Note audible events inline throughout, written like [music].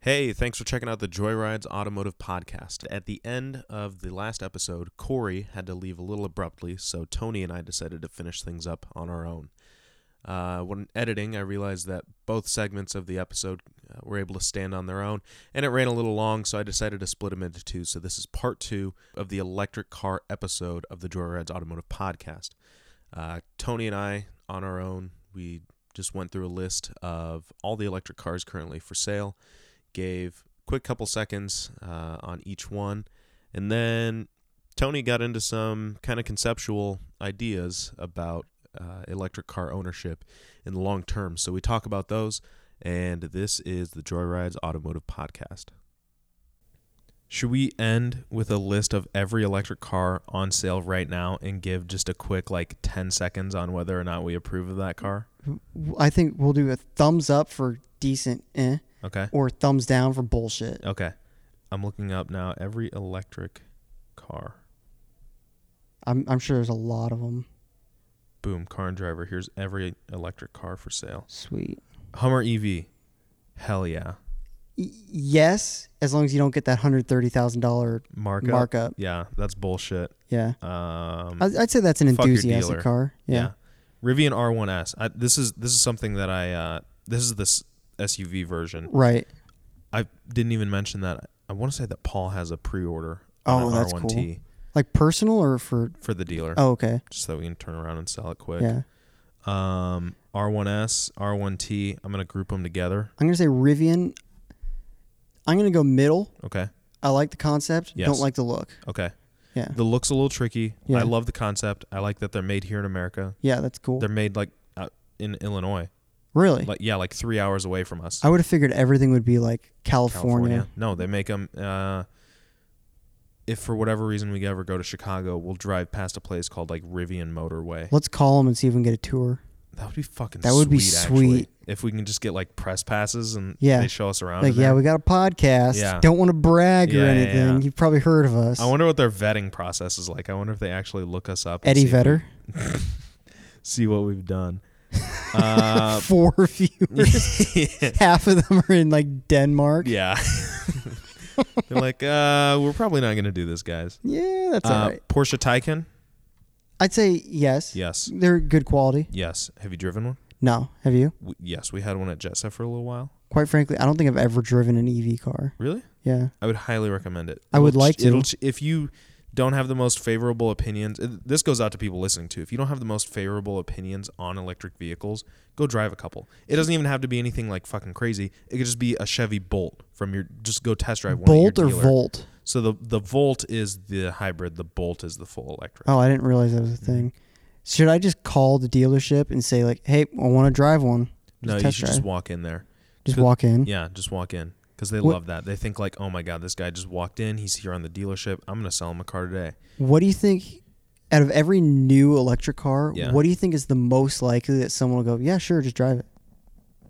Hey, thanks for checking out the Joyrides Automotive Podcast. At the end of the last episode, Corey had to leave a little abruptly, so Tony and I decided to finish things up on our own. Uh, when editing, I realized that both segments of the episode uh, were able to stand on their own, and it ran a little long, so I decided to split them into two. So this is part two of the electric car episode of the Joyrides Automotive Podcast. Uh, Tony and I, on our own, we just went through a list of all the electric cars currently for sale, gave quick couple seconds uh, on each one, and then Tony got into some kind of conceptual ideas about uh, electric car ownership in the long term. So we talk about those, and this is the Joyrides Automotive Podcast. Should we end with a list of every electric car on sale right now and give just a quick like 10 seconds on whether or not we approve of that car? I think we'll do a thumbs up for decent, eh, Okay. or thumbs down for bullshit. Okay. I'm looking up now every electric car. I'm I'm sure there's a lot of them. Boom, car and driver. Here's every electric car for sale. Sweet. Hummer EV. Hell yeah. Y- yes, as long as you don't get that hundred thirty thousand dollar Markup. markup. Yeah, that's bullshit. Yeah, Um I'd, I'd say that's an Fuck your enthusiastic dealer. car. Yeah. Rivian R1S. I, this is this is something that I uh this is this SUV version. right. I didn't even mention that. I want to say that Paul has a pre-order on Oh, an that's R1T Like personal or for? for the dealer, Oh, okay. just so we can turn around and sell it quick. Yeah, Um, R1S, R1T. I'm gonna group them together. I'm gonna say Rivian. I'm gonna go middle. Okay. I like the concept. Yes. Don't like the look. Okay. Yeah. The look's a little tricky. Yeah. I love the concept. I like that they're made here in America. Yeah, that's cool. They're made like out in Illinois. Really? Like yeah, like three hours away from us. I would have figured everything would be like California. No, they make them. Uh, if for whatever reason we ever go to Chicago, we'll drive past a place called like Rivian Motorway. Let's call them and see if we can get a tour. That would be fucking. That would be actually. sweet. if we can just get like press passes and Yeah. they show us around. Like, in yeah, there. we got a podcast. Yeah. Don't want to brag Yeah, or yeah, anything. yeah. You've probably heard of us. I wonder what their vetting process is like. I wonder if they actually look us up. and Eddie see if we- Vedder. see what we've [laughs] done. Uh, Four [laughs] viewers. [laughs] Half of them are in like Denmark. [laughs] yeah. They're like, uh, we're probably not gonna do this, guys. Yeah, that's uh, all right. Porsche Taycan. I'd say yes. Yes. They're good quality. Yes. Have you driven one? No, have you? W yes, we had one at Jet Set for a little while. Quite frankly, I don't think I've ever driven an EV car. Really? Yeah. I would highly recommend it. I would It'll like ch- It'll to. ch- if you don't have the most favorable opinions. It, this goes out to people listening too. If you don't have the most favorable opinions on electric vehicles, go drive a couple. It doesn't even have to be anything like fucking crazy. It could just be a Chevy Bolt from your. Just go test drive one. at Bolt or your dealer. Volt? So the the Volt is the hybrid. The Bolt is the full electric. Oh, I didn't realize that was Mm-hmm. a thing. Should I just call the dealership and say like, "Hey, I want to drive one"? Just no, you test should drive. just walk in there. Just walk in. Yeah, just walk in because they What- love that. They think like, oh my god, this guy just walked in. He's here on the dealership. I'm gonna sell him a car today. What do you think out of every new electric car, Yeah. what do you think is the most likely that someone will go, Yeah, sure, just drive it.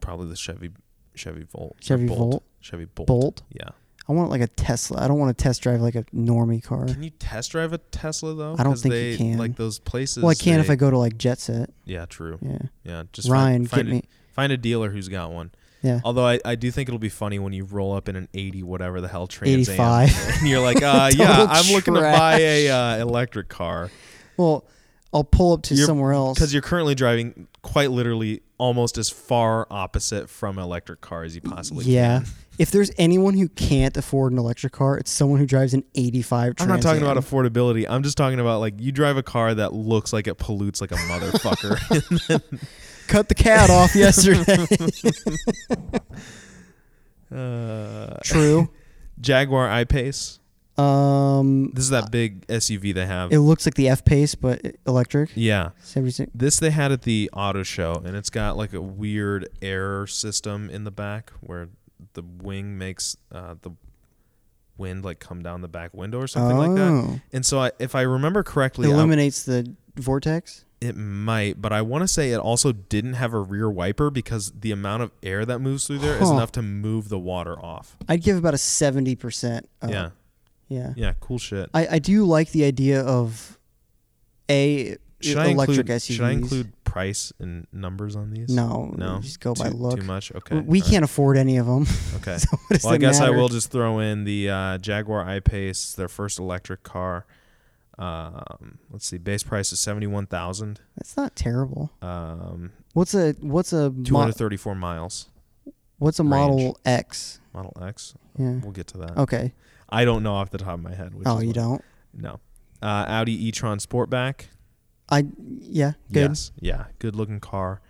Probably the Chevy Chevy Volt. or Chevy Volt? Chevy Bolt. Bolt. Yeah. I want like a Tesla. I don't want to test drive like a normie car. Can you test drive a Tesla though? I don't 'Cause think you they, can. Like those places. Well, I can if they- I go to like Jet Set. Yeah, true. Yeah. Yeah, just Ryan, find, find get a, me. find a dealer who's got one. Yeah. Although I, I do think it'll be funny when you roll up in an eighty whatever the hell Trans Am 85. [laughs] and you're like, uh, [laughs] Total yeah, I'm looking to buy trash. a uh, electric car well, I'll pull up to You're- somewhere else. because you're currently driving quite literally almost as far opposite from an electric car as you possibly yeah. can. [laughs] If there's anyone who can't afford an electric car, it's someone who drives an 85 I'm Trans not talking Am. about affordability. I'm just talking about like you drive a car that looks like it pollutes [laughs] like a motherfucker. cut the [laughs] cat off yesterday. Uh, True. Jaguar I-Pace. Um This is that big SUV they have. it looks like the F-Pace but electric. yeah. It's everything- This they had at the auto show and it's got like a weird air system in the back where the wing makes uh, the wind like come down the back window or something like that. Oh. And so I, if I remember correctly, I- Illuminates the vortex. it might, but I want to say it also didn't have a rear wiper because the amount of air that moves through there is Huh. enough to move the water off. I'd give about a seventy percent. yeah. yeah. Yeah, cool shit. I, I do like the idea of a Should I electric include, SUVs. Should I include price and numbers on these? No, No? no, just go too, by look. Too much. Okay. We- we all right, can't afford any [laughs] of them. Okay. so what does well, I it guess matter? I will just throw in the uh, Jaguar I-Pace, their first electric car. Um, let's see, base price is seventy-one thousand. That's not terrible. Um, What's a what's a mo- two hundred thirty-four miles. what's a range. Model X? Model X. Yeah. We'll get to that. Okay. I don't know off the top of my head. Which Hmm. Oh, is you what- don't. No. Uh, Audi e-tron Sportback. I yeah. Good. Yes. Yeah. Good looking car.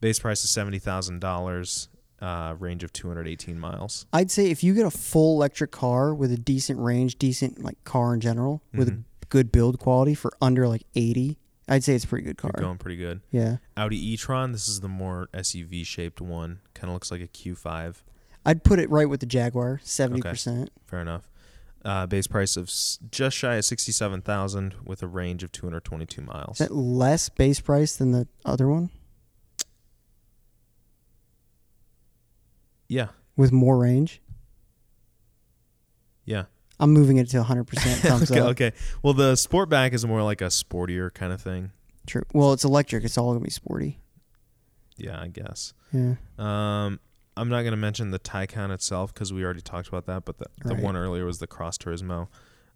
Base price is seventy thousand dollars. Uh, range of two hundred eighteen miles. I'd say if you get a full electric car with a decent range, decent like car in general, with a Mm-hmm. good build quality for under like eighty, I'd say it's a pretty good car. You're going pretty good. Yeah. Audi e-tron. This is the more SUV shaped one. Kind of looks like a Q5. I'd put it right with the Jaguar, seventy percent. Fair enough. Uh, base price of s- just shy of sixty-seven thousand, with a range of two hundred twenty-two miles. Is that less base price than the other one yeah, with more range? yeah. I'm moving it to [laughs] hundred percent thumbs Okay, up. okay. Well, the Sportback is more like a sportier kind of thing. True. Well, it's electric. It's all gonna be sporty. Yeah, I guess. Yeah. Um, I'm not gonna mention the Taycan itself because we already talked about that. But the, the Right. one earlier was the Cross Turismo.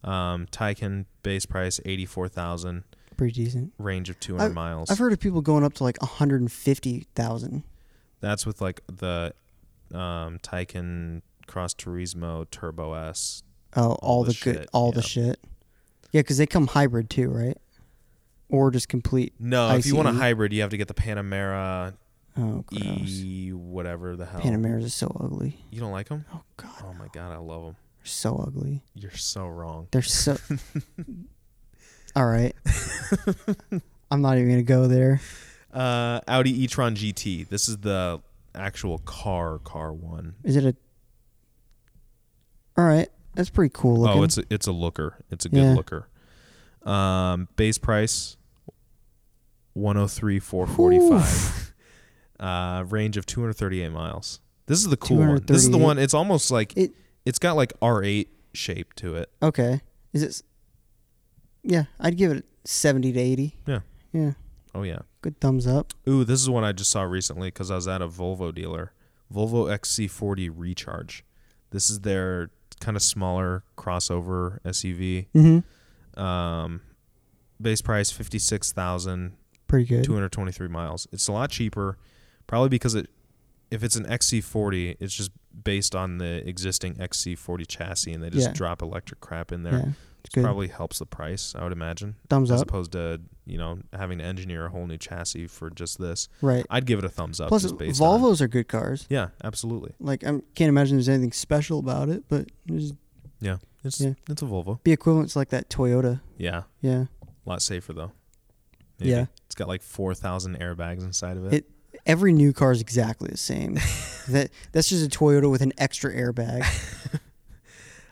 Um, Taycan base price eighty-four thousand, Pretty decent. range of two hundred miles. I've heard of people going up to like 150,000. That's with like the um, Taycan Cross Turismo Turbo S. Oh, all, the the, good, shit, all yeah. the shit. Yeah, because they come hybrid too, right? Or just complete. No, if you want a ICE. hybrid, you have to get the Panamera Oh, gross. E whatever the hell. Panameras are so ugly. You don't like them? Oh God, Oh my god, I love them. they're so ugly. You're so wrong. They're so. [laughs] all right. I'm not even gonna go there. Uh, Audi e-tron GT. This is the actual car car one. Is it a? All right, that's pretty cool looking. Oh, it's a, it's a looker. It's a good Yeah. looker. Um, base price one hundred three four forty [laughs] five. Uh, range of two hundred thirty eight miles. This is the cool one. This is the 238. one. It's almost like It- it's got like R eight shape to it. okay. Is it? s- Yeah, I'd give it 70 to 80. Yeah. Yeah, Oh yeah. good thumbs up. Ooh, this is one I just saw recently because I was at a Volvo dealer. Volvo XC40 Recharge. This is their kind of smaller crossover SUV. Mm-hmm. Um, base price fifty six thousand Pretty good. two hundred twenty three miles. It's a lot cheaper, probably because it if it's an XC40, it's just based on the existing XC40 chassis, and they just Yeah. drop electric crap in there. Yeah, it's good. Probably helps the price, I would imagine, thumbs as up. opposed to you know having to engineer a whole new chassis for just this. Right. I'd give it a thumbs up. Plus, just based on- Volvos are good cars. yeah, absolutely. Like I can't imagine there's anything special about it, but just It's Yeah. it's a Volvo. be equivalent to like that Toyota. Yeah, Yeah. a lot safer though. Yeah. it's got like four thousand airbags inside of it. It- Every new car is exactly the [laughs] same. that that's just a Toyota with an extra airbag.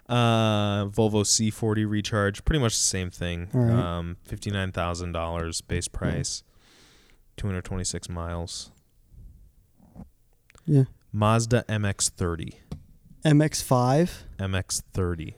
uh, Volvo C40 Recharge, pretty much the same thing. All right. Um, fifty nine thousand dollars base price, two hundred twenty six miles. Yeah. Mazda MX30, MX5. MX30,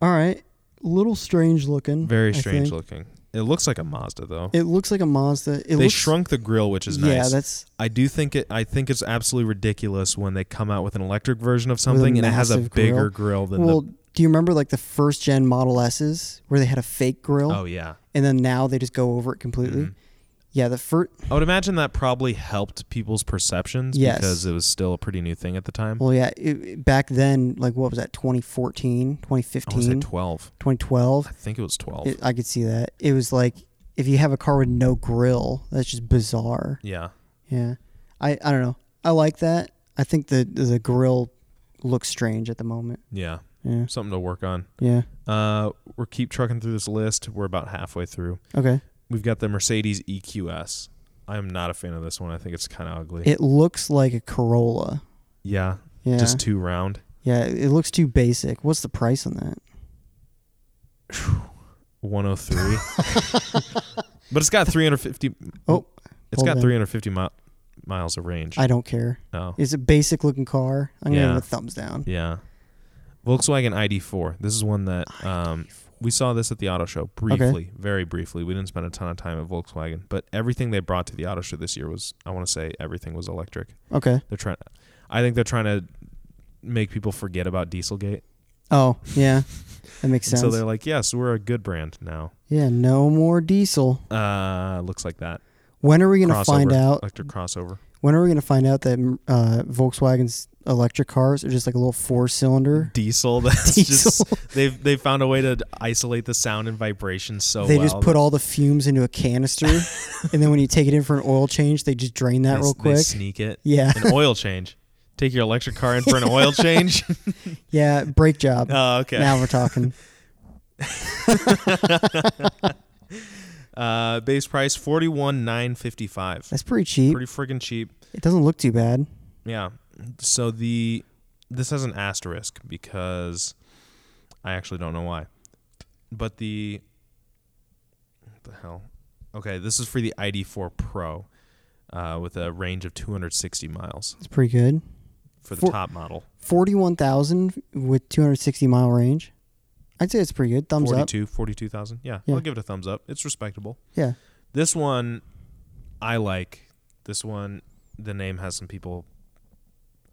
All right. Little strange looking. Mm, I very think. strange looking. It looks like a Mazda though. It looks like a Mazda. It they looks, shrunk the grill, which is Yeah, nice. that's I do think it. I think it's absolutely ridiculous when they come out with an electric version of something and it has a massive bigger grill, than well. do you remember like the first gen Model S's where they had a fake grill the. Oh yeah. and then now they just go over it completely? Mhm. Yeah, the first. I would imagine that probably helped people's perceptions Yes. because it was still a pretty new thing at the time. Well, yeah, it, it- back then, like what was that, 2014, I want to say 2015, twelve. 2012? I think it was twelve. It, I could see that. It was like if you have a car with no grill, that's just bizarre. yeah. Yeah, I I don't know. I like that. I think the the grill looks strange at the moment. Yeah. Yeah, Something to work on. yeah. Uh, we're keep trucking through this list. We're about halfway through. Okay. We've got the Mercedes EQS. I am not a fan of this one. I think it's kind of ugly. It looks like a Corolla. yeah, Yeah, Just too round. yeah. It looks too basic. What's the price on that? One hundred [laughs] three. but it's got three hundred fifty. Oh, It's hold got on. 350 mi- miles of range. I don't care. no. It's a basic looking car. I'm gonna Yeah. give it a thumbs down. Yeah. Volkswagen ID4. This is one that um, we saw this at the auto show briefly, very briefly. We didn't spend a ton of time at Volkswagen, but everything they brought to the auto show this year was, I want to say, everything was electric. Okay. They're trying. I think they're trying to make people forget about Dieselgate. Oh, yeah. That makes And sense. so they're like, yes, we're a good brand now. yeah, no more diesel. Uh, looks like that. When are we going to find Crossover. out? Electric crossover. When are we going to find out that uh, Volkswagen's electric cars are just like a little four cylinder? Diesel. [laughs] That's Diesel. [laughs] just they've they found a way to isolate the sound and vibrations so they well. just put all the fumes into [laughs] a canister, and then when you take it in for an oil change, they just drain they, that real they quick. sneak it. Yeah, An oil change. Take your electric car in for an [laughs] oil change. [laughs] yeah, brake job. oh, [laughs] okay. Now we're talking. Uh, base price forty one nine fifty five. That's pretty cheap. Pretty freaking cheap. it doesn't look too bad. Yeah. So the this has an asterisk because I actually don't know why. But the what the hell? Okay, this is for the ID4 Pro uh, with a range of 260 miles It's pretty good. for the For- top model. Forty-one thousand with two hundred sixty mile range. I'd say it's pretty good. Thumbs up. 42, 42,000. Yeah, Yeah. I'll give it a thumbs up. It's respectable. Yeah. This one I like. This one the name has some people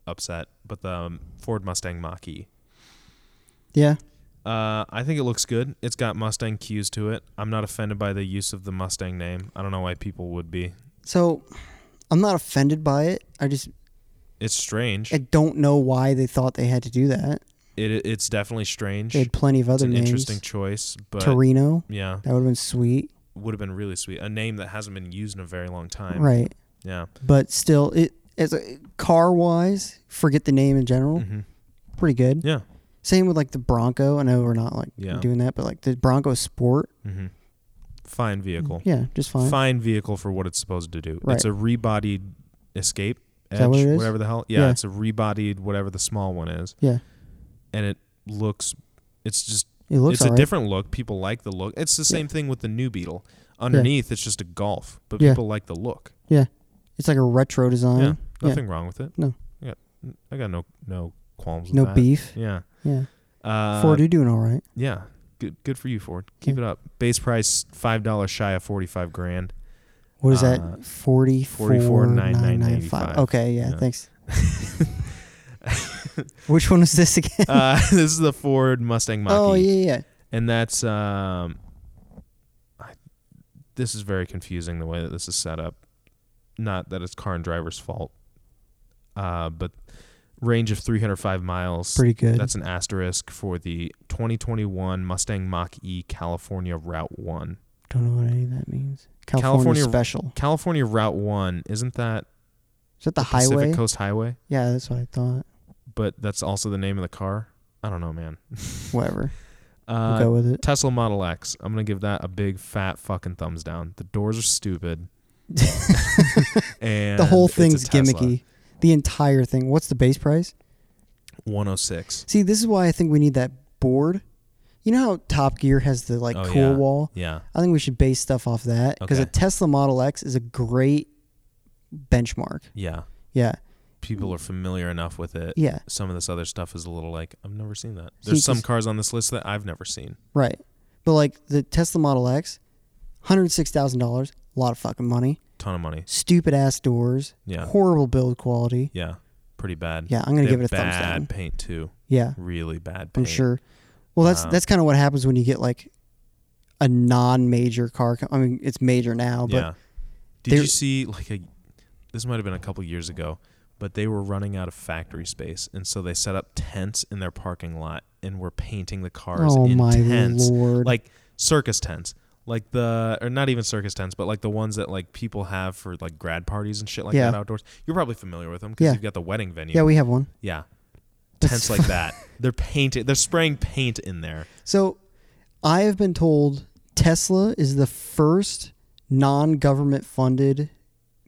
upset, but the um, Ford Mustang Mach-E. Yeah. Uh, I think it looks good. It's got Mustang cues to it. I'm not offended by the use of the Mustang name. I don't know why people would be. So I'm not offended by it. I just It's strange. I don't know why they thought they had to do that. It it's definitely strange. They had plenty of it's other an names. interesting choice, but Torino. yeah, That would have been sweet. would have been really sweet. A name that hasn't been used in a very long time. Right. Yeah. But still it as a car wise, forget the name in general. hmm Pretty good. Yeah. Same with like the Bronco. I know we're not like Yeah. doing that, but like the Bronco Sport. hmm Fine vehicle. Yeah, just fine. Fine vehicle for what it's supposed to do. It's Right. a rebodied Escape Edge, that what it is? whatever the hell. Yeah, Yeah. it's a rebodied whatever the small one is, Yeah. and it looks. It's just It looks it's a alright. different look. People like the look. It's the same thing with the new Beetle. Underneath, it's just a golf, but Yeah. people like the look. it's like a retro design. yeah, nothing wrong with it. No. I got, I got no no qualms with No that. beef. Yeah, Yeah. uh, Ford, you're doing all right. Yeah, good good for you, Ford. Keep Yeah. it up. Base price five dollars shy of forty five grand. [laughs] What is uh, that? Forty four nine nine nine 44,995. five. Okay, yeah, Yeah. [laughs] thanks. Which one is this again? uh, [laughs] this is the Ford Mustang Mach-E, Oh yeah, yeah. and E. that's um. I, this is very confusing the way that this is set up. Not that it's car and driver's fault, uh, but range of 305 miles. Pretty good. That's an asterisk for the 2021 Mustang Mach E California Route 1. Don't know what any of that means. California, California- special. California Route 1, isn't that Is that the, Pacific highway? Coast Highway? Yeah, that's what I thought. But that's also the name of the car? I don't know, man. Whatever. We'll Uh, go with it. Tesla Model X. I'm going to give that a big fat fucking thumbs down. The doors are [laughs] stupid. and The whole it's a thing's Tesla. gimmicky. The entire thing. What's the base price? 106. See, this is why I think we need that board. You know how Top Gear has the like Oh, cool yeah. wall? Yeah. I think we should base stuff off that because Okay. a Tesla Model X is a great benchmark. Yeah. Yeah. People are familiar enough with it. Yeah. Some of this other stuff is a little like I've never seen that. See, There's some 'cause- cars on this list that I've never seen. Right. But like the Tesla Model X, $106,000, a lot of fucking money, Ton of money. stupid ass doors, Yeah. horrible build quality. Yeah. Pretty bad. Yeah, I'm going They to give it a have thumbs bad down. paint too. Yeah, Really bad paint. I'm sure. Well, that's Wow. that's kind of what happens when you get like a non-major car. co- I mean, it's major now, but yeah. Did they're- you see like a this might have been a couple years ago, but they were running out of factory space and so they set up tents in their parking lot and were painting the cars oh in my tents. lord. Like circus tents. Like the or not even circus tents, but like the ones that like people have for like grad parties and shit like Yeah. that outdoors. You're probably familiar with them because Yeah. you've got the wedding venue. yeah, we [laughs] have one. Yeah. Tents like that. They're painted. They're spraying paint in there. [laughs] So, I have been told Tesla is the first non-government funded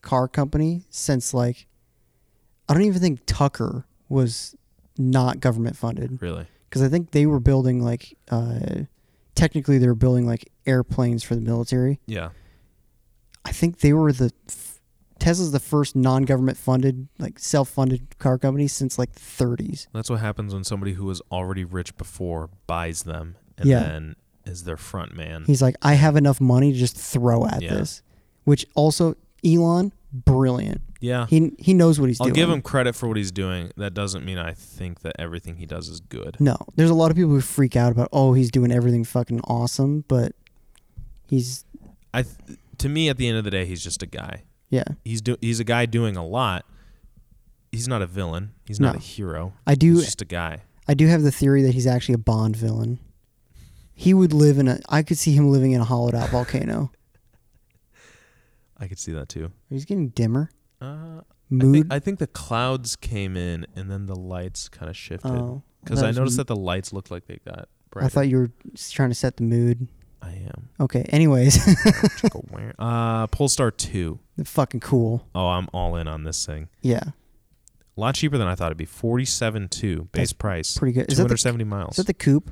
car company since like I don't even think Tucker was not government funded Really? because I think they were building like uh, technically they were building like airplanes for the military. Yeah. I think they were the f- Tesla's the first non-government funded like self-funded car company since like the 30s. That's what happens when somebody who was already rich before buys them and Yeah. then as their front man. He's like, I have enough money to just throw at Mm-hmm. Yeah. this. Which also, Elon, brilliant. Yeah. He he knows what he's I'll doing. give him credit for what he's doing. That doesn't mean I think that everything he does is good. No, there's a lot of people who freak out about, oh, he's doing everything fucking awesome, but he's I th- to me at the end of the day he's just a guy. yeah. He's do- he's a guy doing a lot. He's not a villain. He's not No. a hero. I do He's just a guy. I do have the theory that he's actually a Bond villain. He would live in a. I could see him living in a hollowed out volcano. [laughs] I could see that too. He's getting dimmer. Uh, I, Mood. think, I think the clouds came in and then the lights kind of shifted oh, because that I was noticed m- that the lights looked like they got brighter. I thought you were s- trying to set the mood. I am. Okay. Anyways, [laughs] Chicka-wah. uh, Polestar two. fucking cool. Oh, I'm all in on this thing. Yeah, A lot cheaper than I thought it'd be. Forty-seven two base price. pretty good. Two Is that, the, hundred seventy miles. is that the coupe?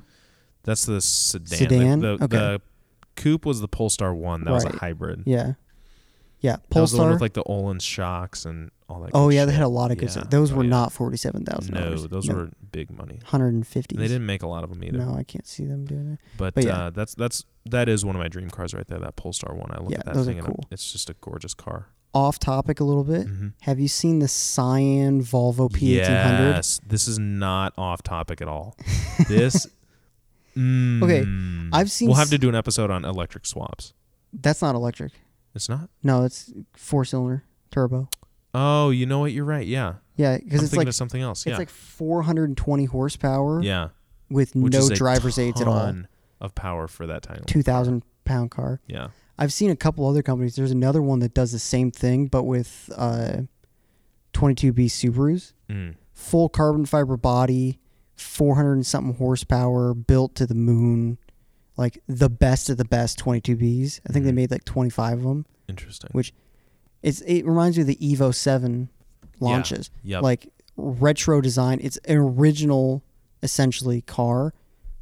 That's the sedan. Sedan? The, the, Okay. the coupe was the Polestar one. That was Right. a hybrid. Yeah, yeah. That was the one Polestar. with like the Olin shocks and all that. oh good yeah, they shit. had a lot of good. Yeah. stuff. Those Oh, were yeah. not forty seven thousand No, dollars. those were big money. hundred and fifty. And they didn't make a lot of them either. No, I can't see them doing it. But, But yeah. uh, that's that's that is one of my dream cars right there. That Polestar one. I look Yeah, at that those are thing and I'm- cool. it's just a gorgeous car. Off topic a little bit. Mhm. Have you seen the Cyan Volvo P1800? Yes, this is not off topic at [laughs] all. This. Okay, Mm. I've seen We'll have s- to do an episode on electric swaps. That's not electric. It's not. No, it's four cylinder turbo. Oh, you know what? You're right. Yeah, Yeah, I'm because it's thinking like of something else. it's Yeah, like 420 horsepower yeah. with Which no is a driver's aids at all. ton Of power for that tiny. little- 2,000 pound car. Yeah. I've seen a couple other companies. There's another one that does the same thing, but with uh, 22B Subarus, Mm. full carbon fiber body, 400 and something horsepower, built to the moon, like the best of the best 22Bs. I think they Mhm. made like 25 of them. Interesting. Which- It's it reminds me of the Evo 7 launches. Yep. like retro design. It's an original, essentially, car,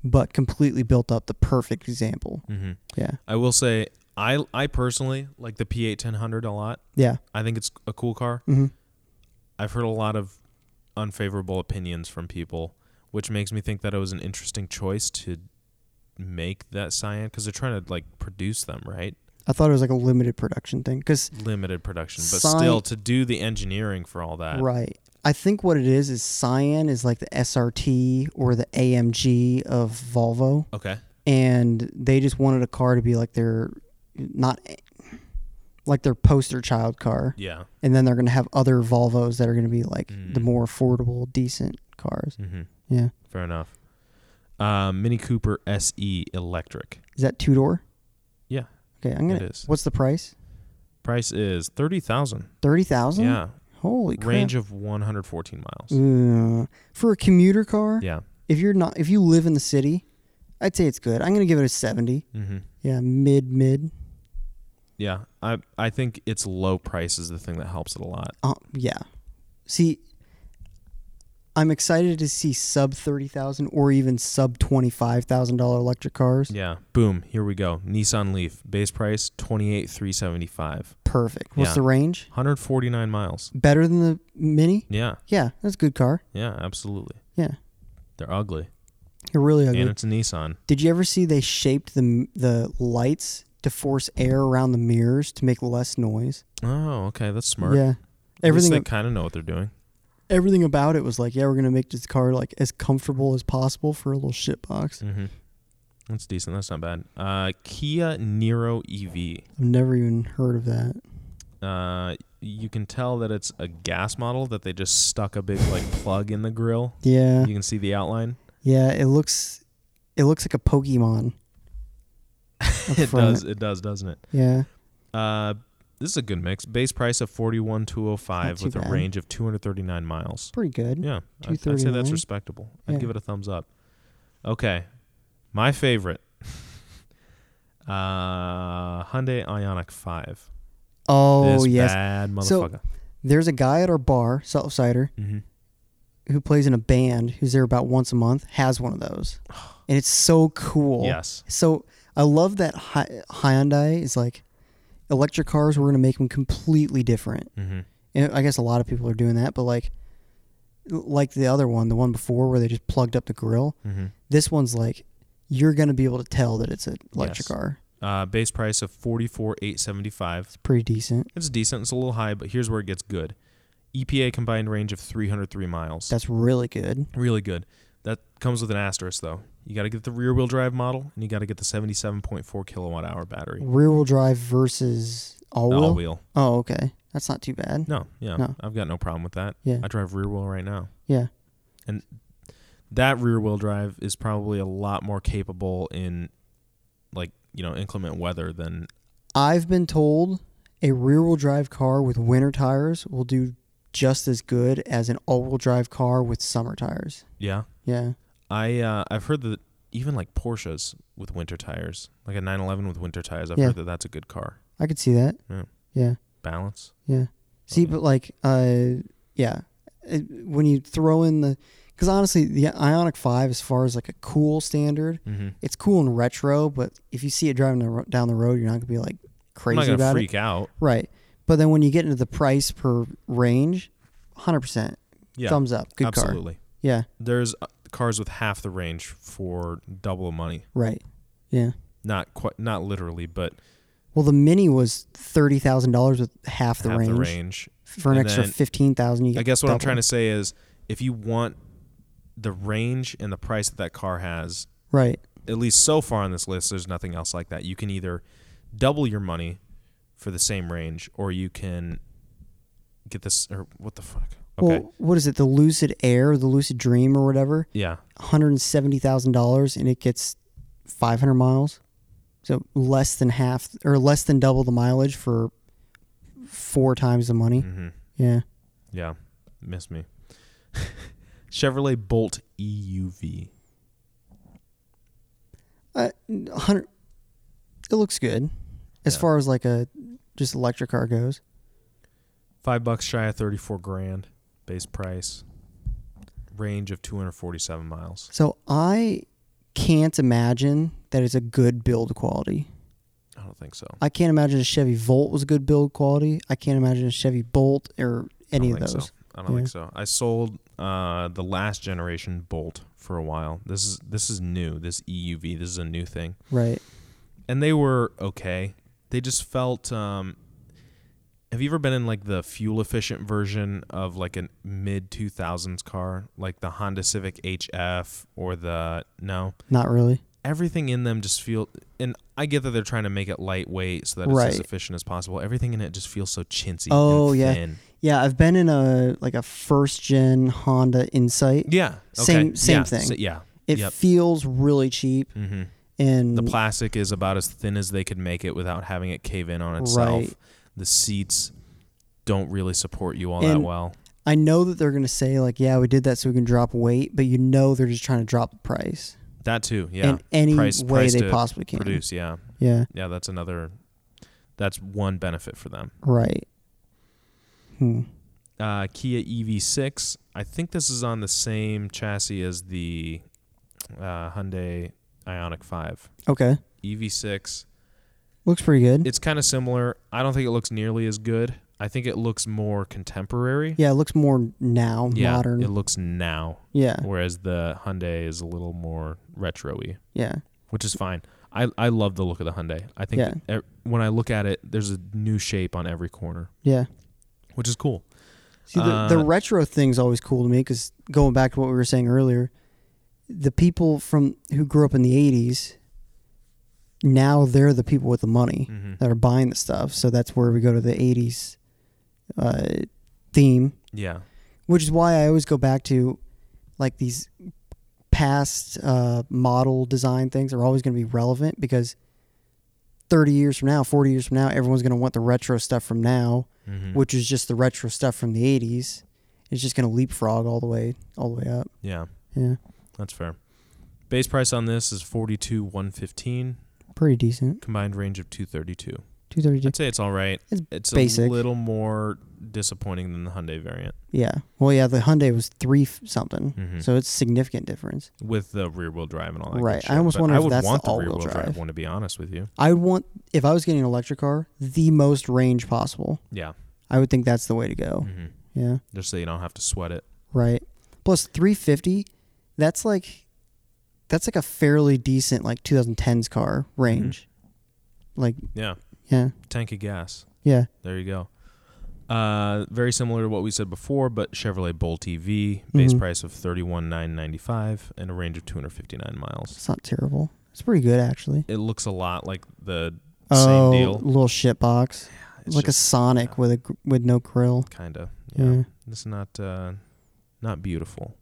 but completely built up. The perfect example. hmm Yeah, I will say, I I personally like the P8 1000 a lot. yeah, I think it's a cool car. hmm I've heard a lot of unfavorable opinions from people, which makes me think that it was an interesting choice to make that Cyan because they're trying to like produce them, right? I thought it was like a limited production thing because Limited production, but Cyan- still to do the engineering for all that. right. I think what it is is Cyan is like the SRT or the AMG of Volvo, Okay. and they just wanted a car to be like their not like their poster child car, Yeah. and then they're gonna have other Volvos that are gonna be like Mm. the more affordable, decent cars. Mm-hmm. Yeah, Fair enough. Uh, Mini Cooper SE electric. is that two door? Yeah, Okay, I'm gonna. it is. What's the price? Price is thirty thousand. Thirty thousand. Yeah, Holy crap. Mm-hmm. range of one hundred fourteen miles. Ugh. for a commuter car, Yeah. if you're not, if you live in the city, I'd say it's good. I'm gonna give it a seventy. Mm-hmm. Yeah, mid mid. Yeah. I I think its low price is the thing that helps it a lot. Uh, yeah. See, I'm excited to see sub thirty thousand or even sub twenty five thousand dollar electric cars. Yeah. Boom. Here we go. Nissan Leaf. Base price twenty eight three seventy five. Perfect. What's Yeah. the range? One hundred forty nine miles. Better than the Mini? Yeah. Yeah, that's a good car. Yeah. Absolutely. Yeah. They're ugly, You're really ugly. and it's a Nissan. Did you ever see they shaped the the lights to force air around the mirrors to make less noise? Oh, okay. That's smart. Yeah. At least Everything they kind of know what they're doing. everything about it was like, yeah, we're gonna make this car like as comfortable as possible for a little shit box. Mm-hmm. That's decent. That's not bad. Uh, Kia Niro E EV. I've never even heard of that. Uh, you can tell that it's a gas model that they just stuck a big like plug in the grill. Yeah, You can see the outline. yeah, it looks, it looks like [laughs] a Pokemon. up It front. does. It does, doesn't it? Yeah, Uh, this is a good mix. Base price of forty one two hundred Not five too with a bad. range of two hundred thirty nine miles. pretty good. Yeah, I- I'd, I'd say that's 239? respectable. Yeah. I'd give it a thumbs up. Okay, my favorite. [laughs] Uh, Hyundai Ionic Five. Oh this yes, bad So- motherfucker. there's a guy at our bar, Self Cider, mm-hmm. who plays in a band who's there about once a month. Has one [sighs] of those, and it's so cool. Yes. So I love that Hy- Hyundai is like electric cars. We're gonna make them completely different. Mm-hmm. and I guess a lot of people are doing that, but like like the other one, the one before where they just plugged up the grill, Mm-hmm. this one's like you're going to be able to tell that it's an electric Yes. car. Uh, base price of forty four eight seventy five. It's pretty decent. It's decent. It's a little high, but here's where it gets good. EPA combined range of 303 miles. That's really good. really good. That comes with an asterisk though. You got to get the rear wheel drive model, and you got to get the 77.4 kilowatt hour battery. Rear wheel drive versus all All wheel. wheel. Oh, okay. That's not too bad. No, yeah, No. I've got no problem with that. Yeah. I drive rear wheel right now. Yeah. That rear wheel drive is probably a lot more capable in, like you know, inclement weather than I've been told a rear wheel drive car with winter tires will do just as good as an all wheel drive car with summer tires. yeah. Yeah. I uh, I've heard that even like Porsches with winter tires, like a 911 with winter tires, I've Yeah. heard that that's a good car. I could see that. Yeah. Yeah. Balance. Yeah. See, Okay. but like, uh, yeah, it, when you throw in the, because honestly, the Ionic Five, as far as like a cool standard, Mm-hmm. it's cool and retro. But if you see it driving the, ro- down the road, you're not gonna be like I'm not crazy gonna about freak out. it, right? But then when you get into the price per range, hundred percent, Yeah, thumbs up, good car. absolutely. Yeah, There's uh, cars with half the range for double the money. right. Yeah. Not quite, not literally, but Well, the Mini was thirty thousand dollars with half the half range. the range. For an And extra then- fifteen thousand, you get I guess what I'm double. trying to say is, if you want the range and the price that that car has, right. at least so far on this list, there's nothing else like that. You can either double your money for the same range, or you can get this. Or what the fuck? Okay, Well, what is it? The Lucid Air, the Lucid Dream, or whatever. yeah, $170,000 and it gets 500 miles. So less than half or less than double the mileage for four times the money. hmm Yeah. yeah. Miss me. [laughs] Chevrolet Bolt E EUV. Uh, 100 It looks good as Yeah. far as like a just electric car goes. Five bucks shy of thirty-four grand base price. Range of two hundred forty-seven miles. So I can't imagine that it's a good build quality. I don't think so. I can't imagine a Chevy Volt was good build quality. I can't imagine a Chevy Bolt or any I of don't think those. So. I don't Yeah. think so. I sold uh, the last generation Bolt for a while. This is this is new. This EUV. This is a new thing. Right. And they were okay. They just felt. Um, have you ever been in like the fuel efficient version of like a mid two thousands car, like the Honda Civic HF or the no? Not really. everything in them just feel and I get that they're trying to make it lightweight so that it's as Right. efficient as possible. Everything in it just feels so chintzy. Oh, and yeah. thin. Yeah, I've been in a like a first gen Honda Insight. yeah. Okay. Same- same yeah. thing. so- yeah. It Yep. feels really cheap hmm and The plastic is about as thin as they could make it without having it cave in on itself. Right. The seats don't really support you all that And- well. I know that they're gonna say like, yeah, we did that so we can drop weight, but you know they're just trying to drop the price That too. Yeah. in any Price- way price they to possibly can. Produce. Yeah. Yeah, Yeah. That's another. That's one benefit for them. right. Hmm. uh, Kia EV6. I think this is on the same chassis as the uh, Hyundai Ionic 5. Okay, EV6. looks pretty good. It's kind of similar. I don't think it looks nearly as good. I think it looks more contemporary. yeah, it looks more now, Yeah, modern. Uh. It looks now, yeah, whereas the Hyundai is a little more retro-y, yeah, which is fine. I, I love the look of the Hyundai. I think Yeah. that, e- when I look at it, there's a new shape on every corner, yeah. which is cool. See, the, the Uh, retro thing's always cool to me because going back to what we were saying earlier, the people from who grew up in the '80s, now they're the people with the money hmm that are buying the stuff. So that's where we go to the '80s uh, theme, Yeah. which is why I always go back to like these past uh, model design things are always going to be relevant because 30 years from now, 40 years from now, everyone's going to want the retro stuff from now hmm which is just the retro stuff from the 80s. It's just going to leapfrog all the way all the way up. yeah. Yeah. That's fair. Base price on this is forty two one fifteen. Pretty decent. Combined range of two thirty two. 232. I'd say it's all right. It's It's basic. a little more disappointing than the Hyundai variant Yeah. Well, yeah, the Hyundai was 3 f- something. Mhm. So it's significant difference. with the rear wheel drive and all that. good Right. I shit, almost but wonder I if would that's the want the, all-wheel rear wheel drive. drive. one. To be honest with you, I would want if I was getting an electric car, the most range possible. yeah. I would think that's the way to go. hmm Yeah. Just so you don't have to sweat it. Right. Plus 350, that's like that's like a fairly decent like 2010s car Mm-hmm. range. Like Yeah. yeah, Tank of gas. yeah, There you go. Uh, very similar to what we said before, but Chevrolet Bolt EV, base Mhm. price of thirty one nine ninety five and a range of two hundred fifty nine miles. it's not terrible. It's pretty good actually. It looks a lot like the oh, same deal. little shit box. It's like a Sonic yeah. with a gr- with no grill. kind of yeah. Yeah. It's not uh, not beautiful.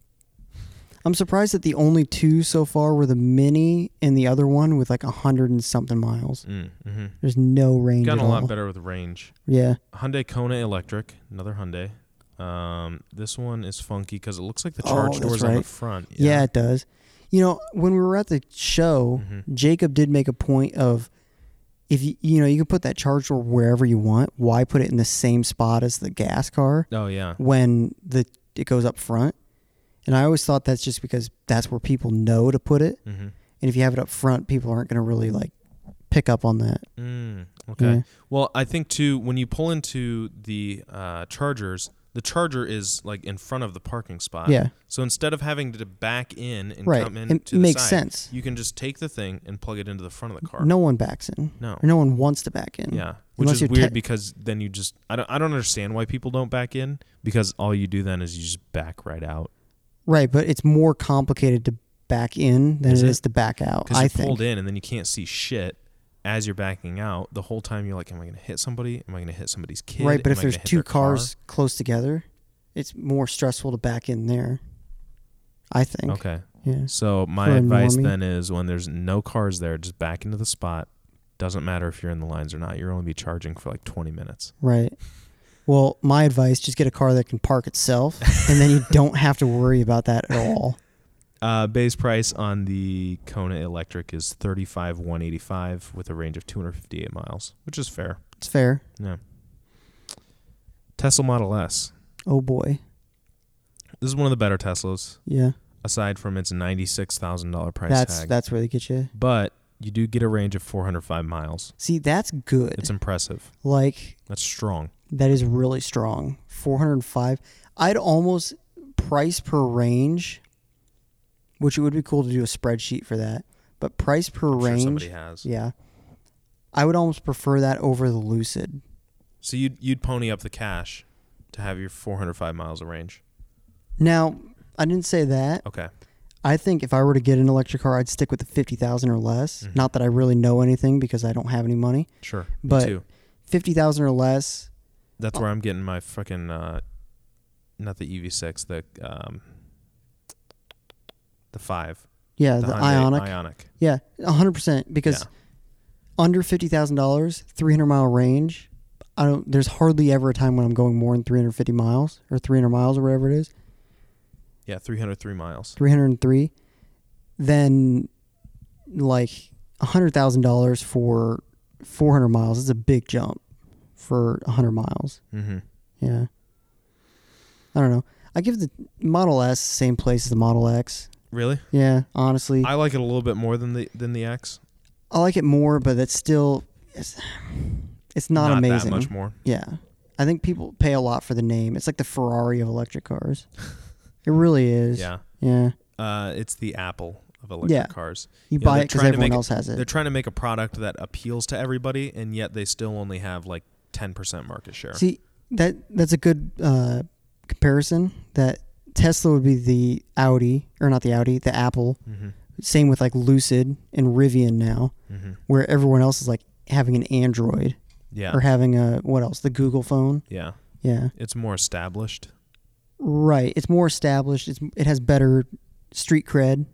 I'm surprised that the only two so far were the Mini and the other one with like a hundred and something miles. Mm, hmm There's no range Gotten at a all. lot better with range. Yeah, Hyundai Kona Electric, another Hyundai. Um, this one is funky because it looks like the Oh, charge that's doors on the right. front. yeah, it does. You know, when we were at the show, Mhm. Jacob did make a point of if you you know you can put that charge door wherever you want. Why put it in the same spot as the gas car Oh yeah. when the it goes up front? And I always thought that's just because that's where people know to put it. Mm-hmm. And if you have it up front, people aren't going to really like pick up on that. Mm, okay. Yeah. Well, I think too when you pull into the uh, chargers, the charger is like in front of the parking spot. Yeah. So instead of having to back in and Right. come in It to the makes side, sense. you can just take the thing and plug it into the front of the car. No one backs in. No. Or no one wants to back in. Yeah. Which Mm. Unless is you're weird te- because then you just I don't I don't understand why people don't back in because all you do then is you just back right out. Right, but it's more complicated to back in than Is it it? is to back out. Because I you think. pulled in and then you can't see shit as you're backing out. The whole time you're like, Am I gonna hit somebody? Am I gonna hit somebody's kid? Right, but Am if I there's gonna hit two their car?" cars [laughs] close together, it's more stressful to back in there. I think. Okay. Yeah. So my For a advice normie. then is when there's no cars there, just back into the spot. Doesn't matter if you're in the lines or not. You're only be charging for like 20 minutes. Right. Well, my advice: just get a car that can [laughs] park itself, and then you don't have to worry about that at all. Uh, base price on the Kona Electric is 35 185 with a range of 258 miles, which is fair. It's fair. Yeah. Tesla Model S. Oh boy. This is one of the better Teslas, Yeah. aside from its $96,000 price that's tag. that's where they get you. but you do get a range of 405 miles. See, that's good. It's impressive. like That's strong. That is really strong. 405. I'd almost price per range, which it would be cool to do a spreadsheet for that. But price per I'm sure range, somebody has. yeah. I would almost prefer that over the Lucid. So you'd you'd pony up the cash to have your 405 miles of range. Now, I didn't say that. Okay. I think if I were to get an electric car, I'd stick with the 50,000 or less. Mhm. Not that I really know anything because I don't have any money. Sure. Me But- uh, too. 50,000 or less. That's where I'm getting my fucking uh not the EV6, the um the 5. Yeah, The, Uh, the, Hyundai Ionic. Ionic. Yeah, 100% because Yeah. under fifty thousand dollars, three hundred mile range. I don't. There's hardly ever a time when I'm going more than three hundred fifty miles or three hundred miles or whatever it is, Yeah, 303 miles. three hundred three. Then, like hundred thousand dollars for four hundred miles is a big jump for hundred miles. Mhm. Yeah. I don't know. I give the Model S the same place as the Model X. Really? Yeah, honestly, I, I like it a little bit more than the than the X. like it more, but that's still it's, it's not, amazing. that much more. Yeah. I think people pay a lot for the name. It's like the Ferrari of electric cars. it really is. Yeah. Yeah. Uh it's the Apple of electric Yeah. cars. You Yeah, buy they're it because trying to everyone make it- else has They're it. trying to make a product that appeals to everybody and yet they still only have like 10% market share. See, that that's a good uh, comparison. That Tesla would be the Audi, or not the Audi, the Apple. mhm. Same with like Lucid and Rivian now, Mhm. where everyone else is like having an Android Yeah. or having a what else? The Google phone. Yeah. Yeah. It's more established. Right. It's more established. It's it has better street cred,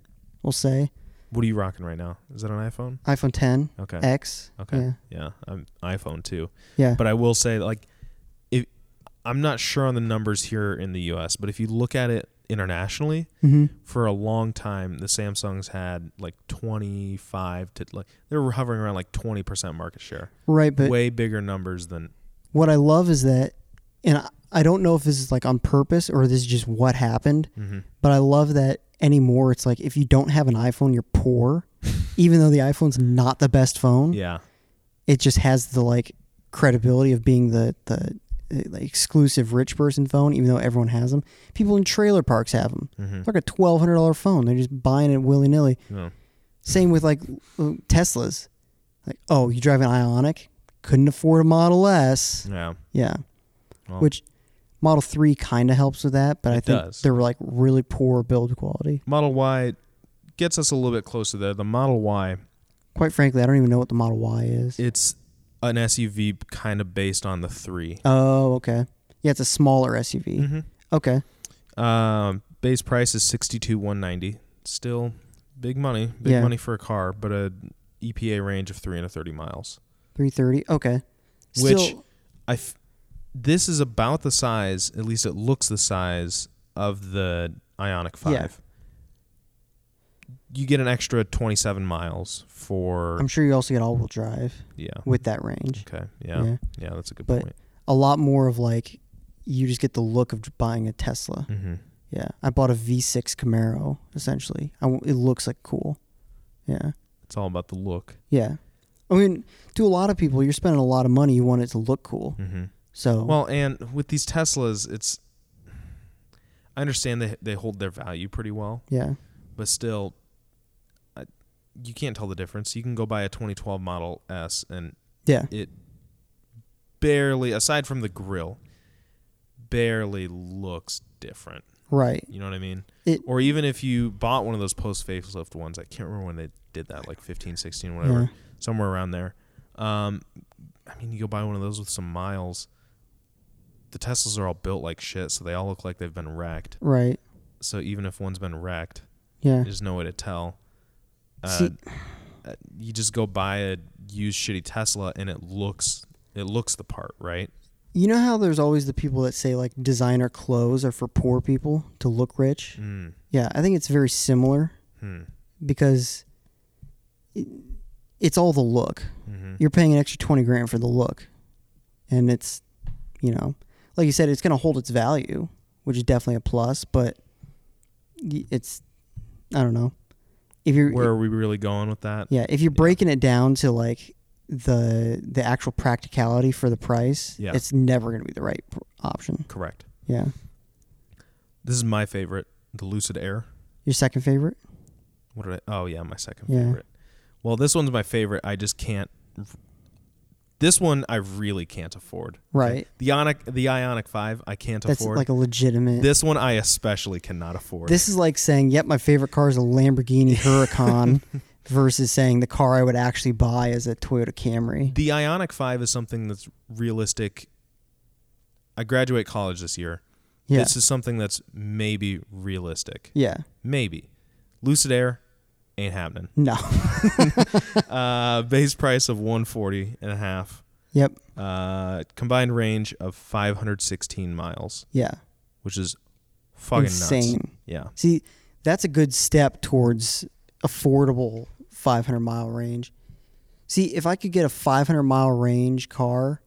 we'll say. What are you rocking right now? Is that an iPhone? iPhone 10 Okay. X. Okay. Eh, Yeah. Yeah, I'm iPhone too. Yeah. But I will say like if I'm not sure on the numbers here in the US, but if you look at it internationally, hmm for a long time the Samsungs had like 25 to like they were hovering around like 20% market share. Right, but Way bigger numbers than what I love is that, and I- I don't know if this is like on purpose or this is just what happened, Mhm. but I love that anymore. It's like if you don't have an iPhone, you're [laughs] poor, even though the iPhone's not the best phone. Yeah. It just has the like credibility of being the the like, exclusive rich person phone, even though everyone has them. People in trailer parks have them. Mm-hmm. It's like a twelve hundred dollar phone. They're just buying it willy nilly. No. Same with like l- Teslas. Like, oh, you drive an Ionic? Couldn't afford a Model S. Yeah. Yeah. Well. Which Model 3 kind of helps with that, but I It think does. they were like really poor build quality. Model Y gets us a little bit closer there. The Model Y, Quite frankly, I don't even know what the Model Y is. it's an SUV kind of based on the three. oh, okay. Yeah, it's a smaller SUV. Mm. Okay. Um, base price is sixty two one ninety. Still big money, big Yeah. money for a car, but a EPA range of three hundred thirty miles. 330. Okay. Which- Still- I f- this is about the size, at least it looks the size of the Ionic Five. Yeah. You get an extra twenty seven miles for I'm sure you also get all wheel drive yeah. with that range. Okay, yeah, yeah, that's a good But- point. A lot more of like, you just get the look of buying a Tesla. Mm-hmm. Yeah. I bought a V6 Camaro, essentially. I w- it looks like cool. Yeah. It's all about the look. Yeah. I mean, to a lot of people, you're spending a lot of money. You want it to look cool. Mm-hmm. So, Well, and with these Teslas, it's I understand they they hold their value pretty well, yeah. but still, I, you can't tell the difference. You can go buy a 2012 Model S, and Yeah. it barely, aside from the grill, barely looks different. Right. You know what I mean? It- or even if you bought one of those post facelift ones, I can't remember when they did that, like 15, 16, whatever, Yeah. somewhere around there. Um, I mean, you go buy one of those with some miles. The Teslas are all built like shit, so they all look like they've been wrecked. Right. So even if one's been wrecked, Yeah. there's no way to tell. Uh, See- uh, you just go buy a used shitty Tesla, and it looks it looks the part, right? You know how there's always the people that say like designer clothes are for poor people to look rich? Mm. Yeah, I think it's very similar Hmm. because it, it's all the look. Mm-hmm. You're paying an extra 20 grand for the look. And it's, you know, like you said it's going to hold its value, which is definitely a plus, but y- it's I don't know. If you're Where are we really going with that? Yeah, if you're breaking it down to like the the actual practicality for the price, Yeah. it's never going to be the right pr- option. Correct. Yeah. This is my favorite, the Lucid Air. Your second favorite? What did I? Oh yeah, my second Yeah. favorite. Well, this one's my favorite. I just can't. This one I really can't afford. Right. The Ionic, the Ionic Five, I can't That's afford. like a legitimate. This, this one I especially cannot afford. is like saying, "Yep, my favorite car is a [laughs] Lamborghini Huracan," versus saying the car I would actually buy is a Toyota Camry. the Ionic Five is something that's realistic. I graduate college this year. Yeah. This is something that's maybe realistic. yeah. Maybe. Lucid Air ain't happening. No. [laughs] uh, base price of 140 and a half. yep. Uh, combined range of 516 miles, Yeah. which is fucking nuts. Insane. Yeah. See, that's a good step towards affordable 500 mile range. See, if I could get a 500 mile range car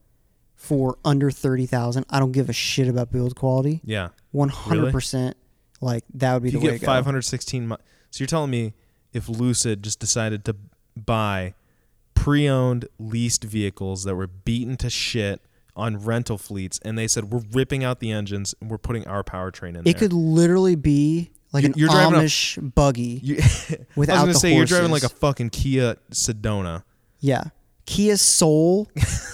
for under 30,000, I don't give a shit about build quality. Yeah. 100% like that would be If the you way get to go. 516 miles. So you're telling me if Lucid just decided to buy pre owned leased vehicles that were beaten to shit on rental fleets and they said, we're ripping out the engines and we're putting our powertrain in there. It could literally be like You- an you're driving a- Amish buggy You- [laughs] [laughs] I without was gonna the say you're driving like horses. a fucking Kia Sedona. Yeah. Kia Soul.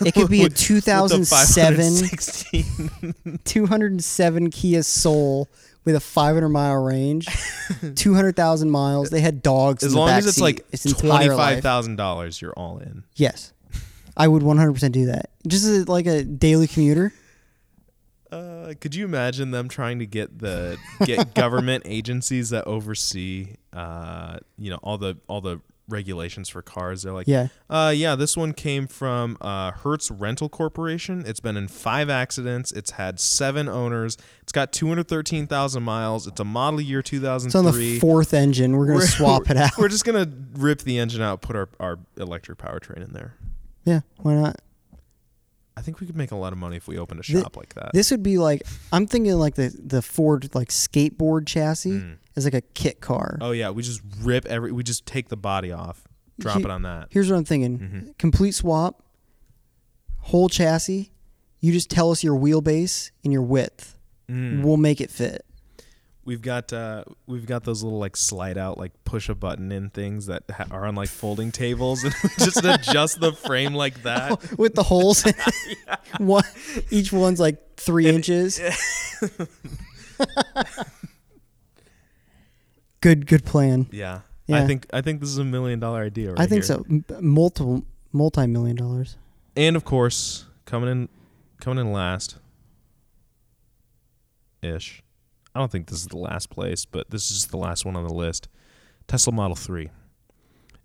It could be [laughs] a With- with the 2007 516. [laughs] 207 Kia Soul with a 500 mile [laughs] range, 200,000 miles. They had dogs. as in the long as backseat it's like its twenty entire five life. thousand dollars, you're all in. Yes, I would 100% do that. Just as like a daily commuter. Uh, could you imagine them trying to get the [laughs] get government agencies that oversee, uh, you know, all the all the regulations for cars? They're like, Yeah. uh, yeah, this one came from uh, Hertz Rental Corporation. It's been in five accidents. It's had seven owners. It's got two hundred thirteen thousand miles. It's a model year two thousand It's on three. the fourth engine. We're gonna We're- swap it out. [laughs] We're just gonna rip the engine out, put our, our electric powertrain in there. Yeah, why not? I think we could make a lot of money if we opened a shop like that. This would be like I'm thinking like the the Ford like skateboard chassis Mm. as like a kit car. oh yeah, we just rip every. We just take the body off, drop He- it on that. Mm-hmm. Here's what I'm thinking: complete swap, whole chassis. You just tell us your wheelbase and your width. Mm. We'll make it fit. We've got uh, we've got those little like slide out like push a button in things that ha- are on like folding tables and [laughs] we just adjust the frame like that. [laughs] With the [laughs] holes, in it. one each one's like three inches. [laughs] good, good plan. Yeah. I Yeah. think I think this is a million dollar idea. Right I think here. so. M- multiple, multi-million dollars. And of course, coming in coming in last ish. I don't think this is the last place, but this is just the last one on the list. Tesla Model 3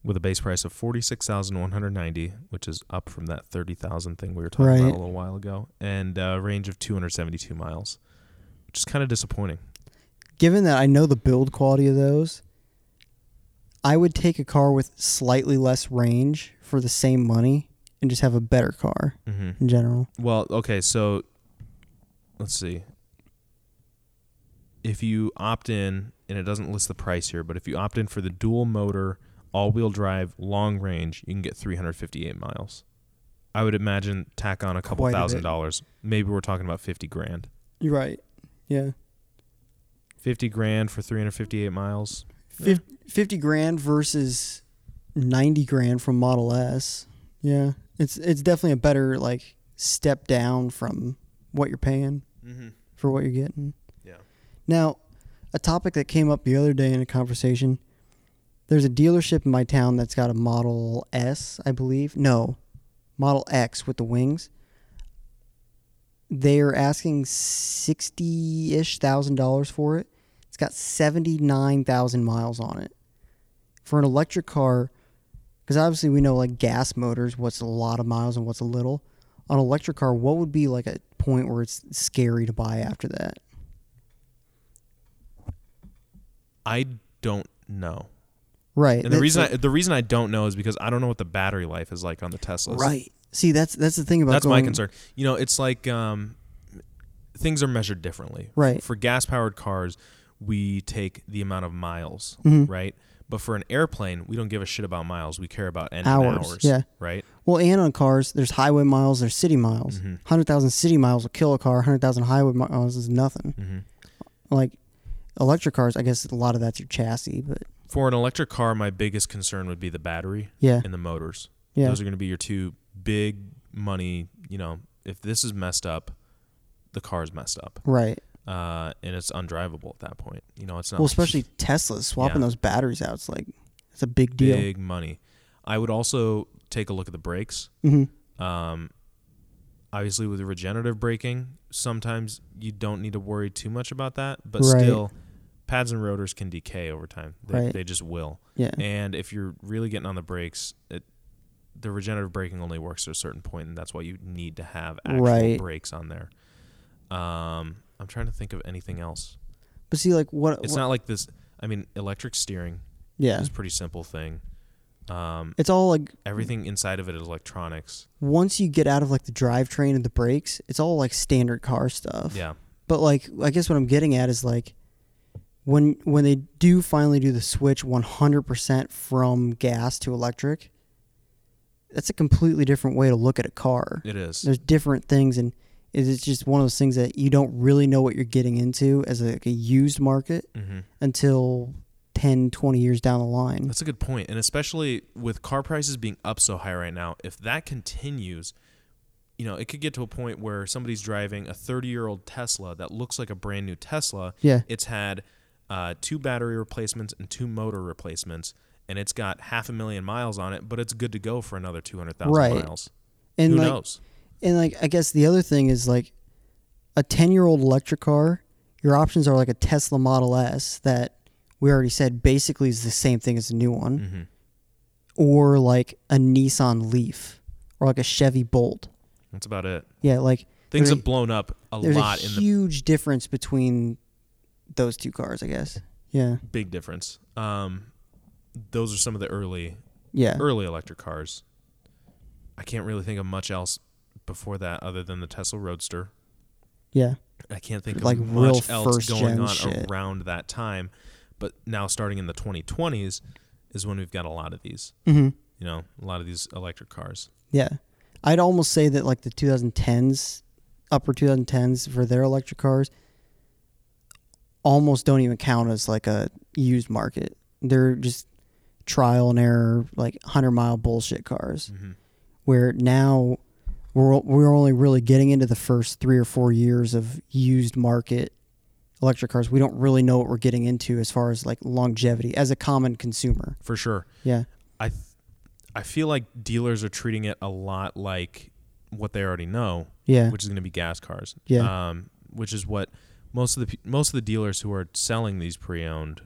with a base price of 46,190, which is up from that 30,000 thing we were talking about Right. a little while ago, and a range of 272 miles, which is kind of disappointing. Given that I know the build quality of those, I would take a car with slightly less range for the same money and just have a better car Mm-hmm. in general. Well, okay, so let's see. If you opt in, and it doesn't list the price here, but if you opt in for the dual motor, all wheel drive, long range, you can get 358 miles. I would imagine tack on a couple Quite a thousand bit. dollars. Maybe we're talking about 50 grand. You're right. Yeah. 50 grand for 358 miles. Fif- 50 grand versus 90 grand from Model S. Yeah. It's it's definitely a better like step down from what you're paying Mm-hmm. for what you're getting. Yeah. Now, a topic that came up the other day in a conversation. There's a dealership in my town that's got a Model S, I believe. No. Model X with the wings. They are asking sixty-ish thousand dollars for it. It's got seventy-nine thousand miles on it for an electric car. Because obviously we know like gas motors, what's a lot of miles and what's a little. On an electric car, what would be like a point where it's scary to buy after that? I don't know. Right. And the that's reason like- I, the reason I don't know is because I don't know what the battery life is like on the Teslas. right. See, that's that's the thing about That's my going- concern. You know, it's like um, things are measured differently. Right. For gas powered cars, we take the amount of miles, Mm-hmm. right? But for an airplane, we don't give a shit about miles. We care about engine hours. Hours, yeah. Right. Well, and on cars, there's highway miles, there's city miles. Mm-hmm. Hundred thousand city miles will kill a car. Hundred thousand highway miles is nothing. Mm-hmm. Like electric cars, I guess a lot of that's your chassis, but For an electric car, my biggest concern would be the battery yeah, and the motors. yeah, Those are going to be your two big money. You know, if this is messed up, the car's messed up, right. uh, and it's undrivable at that point. You know, it's not Well, especially Teslas swapping Yeah. those batteries out. It's like it's a big deal. big money. I would also take a look at the brakes. hmm Um, obviously, with regenerative braking, sometimes you don't need to worry too much about that, but Right. still, pads and rotors can decay over time. They, Right. they just will. [laughs] Yeah, And if you're really getting on the brakes, it, the regenerative braking only works to a certain point, and that's why you need to have actual Right. brakes on there. Um, I'm trying to think of anything else. but see, like what? It's what- not like this. I mean, electric steering yeah, is a pretty simple thing. Um, it's all like everything inside of it is electronics. once you get out of like the drivetrain and the brakes, it's all like standard car stuff. Yeah. But like I guess what I'm getting at is like when when they do finally do the switch 100% from gas to electric, that's a completely different way to look at a car. It is. There's different things and it is just one of those things that you don't really know what you're getting into as like a used market Mm-hmm. until 10 20 years down the line. That's a good point, and especially with car prices being up so high right now, if that continues, you know, it could get to a point where somebody's driving a 30-year-old Tesla that looks like a brand new Tesla. Yeah. It's had uh, two battery replacements and two motor replacements, and it's got half a million miles on it, but it's good to go for another 200,000 Right. miles. And Who like knows? And like I guess the other thing is like a 10-year-old electric car, your options are like a Tesla Model S that we already said basically is the same thing as a new one Mm-hmm. or like a Nissan Leaf or like a Chevy Bolt. That's about it. Yeah, like Things there's a- have blown up a there's lot a in the huge difference between those two cars, I guess. Yeah. big difference. Um, those are some of the early Yeah. early electric cars. I can't really think of much else before that other than the Tesla Roadster. Yeah. I can't think Like of real much else first going gen on shit. around that time. But now, starting in the 2020s, is when we've got a lot of these. Mhm. You know, a lot of these electric cars. Yeah. I'd almost say that like the 2010s upper 2010s for their electric cars almost don't even count as like a used market. They're just trial and error, like 100 mile bullshit cars. Mhm. Where now we're, we're only really getting into the first three or four years of used market electric cars. We don't really know what we're getting into as far as like longevity as a common consumer. for sure. Yeah. I th- I feel like dealers are treating it a lot like what they already know, Yeah. which is going to be gas cars. Yeah. Um, which is what most of the pe- most of the dealers who are selling these pre-owned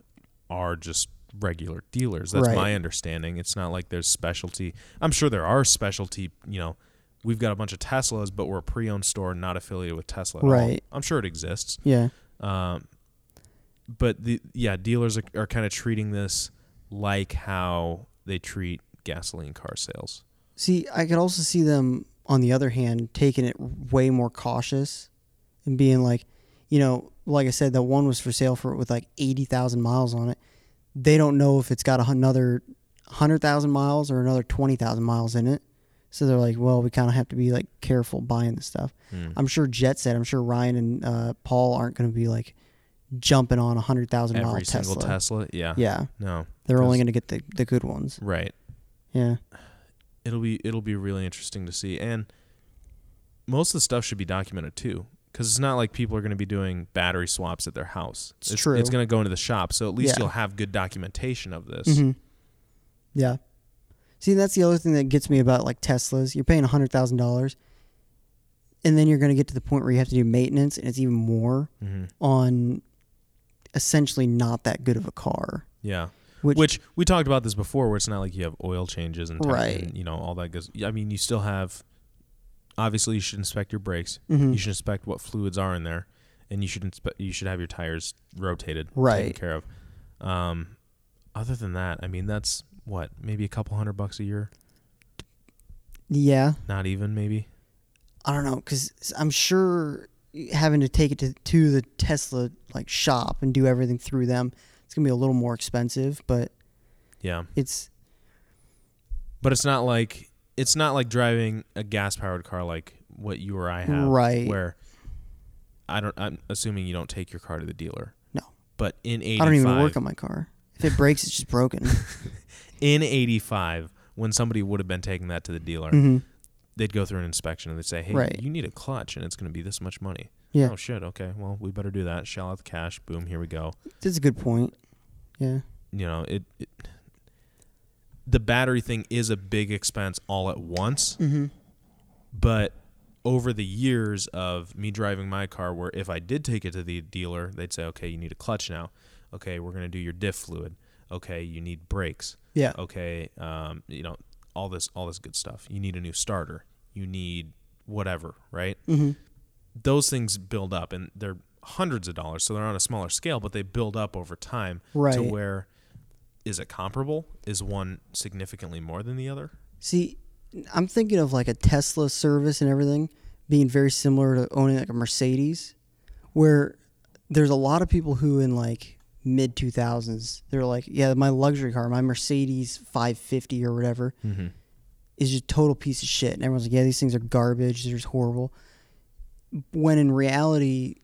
are just regular dealers. That's Right. my understanding. It's not like there's specialty. I'm sure there are specialty. You know, we've got a bunch of Teslas, but we're a pre-owned store, not affiliated with Tesla. at all. Right. I'm sure it exists. yeah. Um, but the yeah, dealers are, are kind of treating this like how they treat gasoline car sales. See, I could also see them, on the other hand, taking it way more cautious and being like, you know, like I said, that one was for sale for with like 80,000 miles on it. They don't know if it's got a hun- another 100,000 miles or another 20,000 miles in it. So they're like, well, we kind of have to be like careful buying this stuff. Hmm. I'm sure Jet said, I'm sure Ryan and uh, Paul aren't going to be like jumping on a 100,000 mile Every Tesla. single Tesla, yeah, Yeah. no, They're Because- only going to get the, the good ones. right. Yeah. It'll be it'll be really interesting to see, and most of the stuff should be documented too, because it's not like people are going to be doing battery swaps at their house. It's true. It's going to go into the shop, so at least Yeah. you'll have good documentation of this. Mhm. Yeah. See, that's the other thing that gets me about like Teslas. You're paying hundred thousand dollars, and then you're going to get to the point where you have to do maintenance, and it's even more Mhm. on essentially not that good of a car. Yeah. Which, which we talked about this before where it's not like you have oil changes and, time Right. and, you know all that goes i mean you still have obviously you should inspect your brakes Mhm. you should inspect what fluids are in there and you should inspect you should have your tires rotated taken Right. care of um other than that i mean that's what maybe a couple hundred bucks a year yeah, not even maybe I don't know, because I'm sure having to take it to, to the Tesla like shop and do everything through them, it's going to be a little more expensive, but yeah it's but it's not like it's not like driving a gas powered car like what you or i have Right. where i don't i'm assuming you don't take your car to the dealer No. but in 85 I don't even work on my car. If it breaks, it's just broken. in 85 when somebody would have been taking that to the dealer hmm they'd go through an inspection and they'd say hey Right. you need a clutch and it's going to be this much money Yeah. oh shit okay well we better do that shell out the cash boom here we go That's a good point. Yeah. you know it, it the battery thing is a big expense all at once Mm-hmm. but over the years of me driving my car where if i did take it to the dealer they'd say okay you need a clutch now okay we're going to do your diff fluid okay you need brakes Yeah. okay um, you know all this all this good stuff you need a new starter you need whatever right Mm-hmm. those things build up and they're hundreds of dollars so they're on a smaller scale but they build up over time to Right. where is it comparable is one significantly more than the other See, I'm thinking of like a Tesla service and everything being very similar to owning like a Mercedes, where there's a lot of people who in like mid 2000s, they're like, yeah, my luxury car, my Mercedes 550 or whatever, mm-hmm. is just total piece of shit. And everyone's like, yeah, these things are garbage. They're just horrible. When in reality,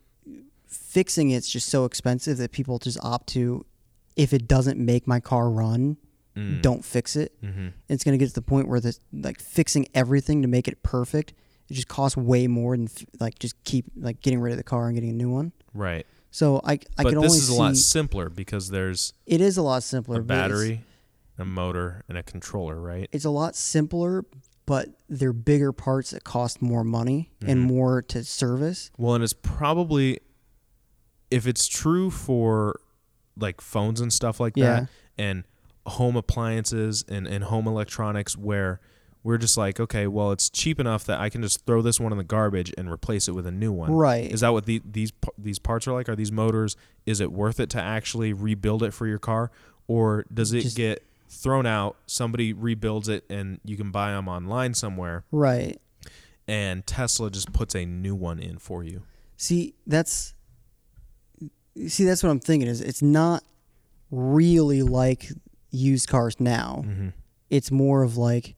fixing it's just so expensive that people just opt to, if it doesn't make my car run, Hmm. don't fix it. Mm. mm-hmm. It's going to get to the point where the like fixing everything to make it perfect, it just costs way more than f- like just keep like getting rid of the car and getting a new one. right So I I but can this only is a see lot simpler because there's it is a lot simpler. a but it's- battery a motor and a controller right it's a lot simpler, but they're bigger parts that cost more money and Mm-hmm. more to service. Well, and it's probably if it's true for like phones and stuff like Yeah. that and home appliances and, and home electronics where we're just like, okay, well, it's cheap enough that I can just throw this one in the garbage and replace it with a new one. Right. Is that what the, these p- these parts are like? Are these motors? Is it worth it to actually rebuild it for your car, or does it Just- get thrown out? Somebody rebuilds it, and you can buy them online somewhere, Right. and Tesla just puts a new one in for you. See, that's see that's what I'm thinking is it's not really like used cars now. It's more of like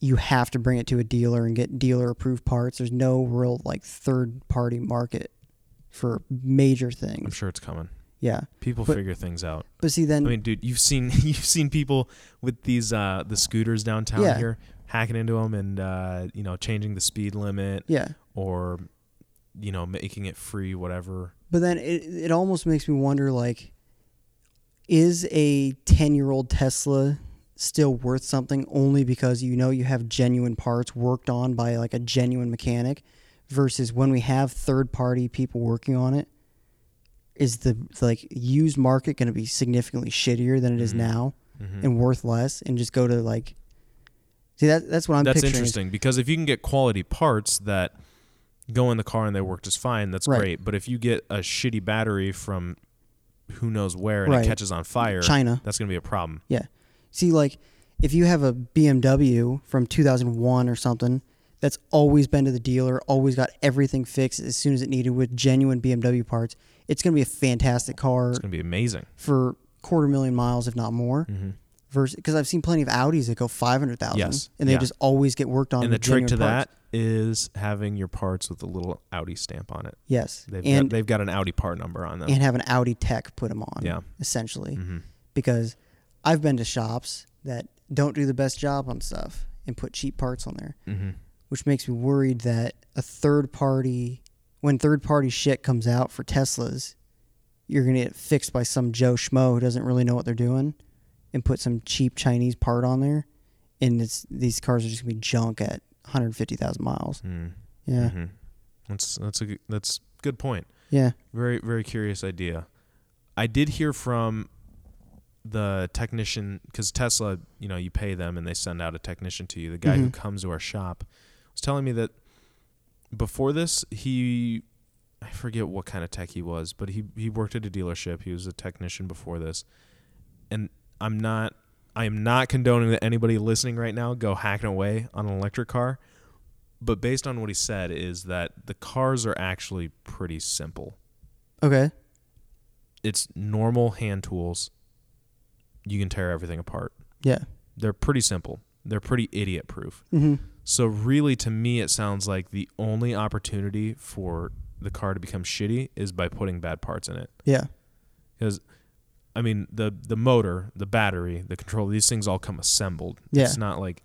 you have to bring it to a dealer and get dealer approved parts. There's no real like third party market for major I'm things. sure it's coming. Yeah. People But- Mm. figure things out. But see then I mean, dude, you've seen [laughs] you've seen people with these uh the scooters downtown Yeah. here hacking into them and uh you know changing the speed limit yeah. or you know making it free whatever. But then it it almost makes me wonder like is a 10-year-old Tesla still worth something only because you know you have genuine parts worked on by like a genuine mechanic versus when we have third-party people working on it is the like used market going to be significantly shittier than it is Mhm. now Mhm. and worth less and just go to like See that that's what I'm that's picturing. is- interesting because if you can get quality parts that go in the car and they work just fine, that's Right. great. But if you get a shitty battery from who knows where and Right. it catches on fire, China. that's going to be a problem. Yeah. See, like, if you have a BMW from 2001 or something that's always been to the dealer, always got everything fixed as soon as it needed with genuine BMW parts, it's going to be a fantastic car It's going to be amazing. for quarter million miles, if not more. Versus, because I've seen plenty of Audis that go 500,000 Mm-hmm. Yes. and they Yeah. just always get worked on. And the with trick to genuine parts. that is having your parts with a little Audi stamp on it. Yes. They've and, got, they've got an Audi part number on them. and have an Audi tech put them on, Yeah. essentially. hmm because I've been to shops that don't do the best job on stuff and put cheap parts on there, hmm which makes me worried that a third party, when third party shit comes out for Teslas, you're going to get it fixed by some Joe Schmo who doesn't really know what they're doing and put some cheap Chinese part on there. And it's, these cars are just going to be junk at 150,000 miles. Yeah. hmm That's that's a good- that's good point. Yeah. Very very curious idea. I did hear from the technician because Tesla, you know, you pay them and they send out a technician to you. The guy who Mhm. comes to our shop was telling me that before this, he I forget what kind of tech he was, but he he worked at a dealership. He was a technician before this, and I'm not I am not condoning that anybody listening right now go hacking away on an electric car. But based on what he said, is that the cars are actually pretty simple Okay. it's normal hand tools. You can tear everything apart. Yeah. They're pretty simple. They're pretty idiot proof. hmm So really to me it sounds like the only opportunity for the car to become shitty is by putting bad parts in it. Yeah. Cuz I mean the the motor, the battery, the controller, these things all come assembled. Yeah. It's not like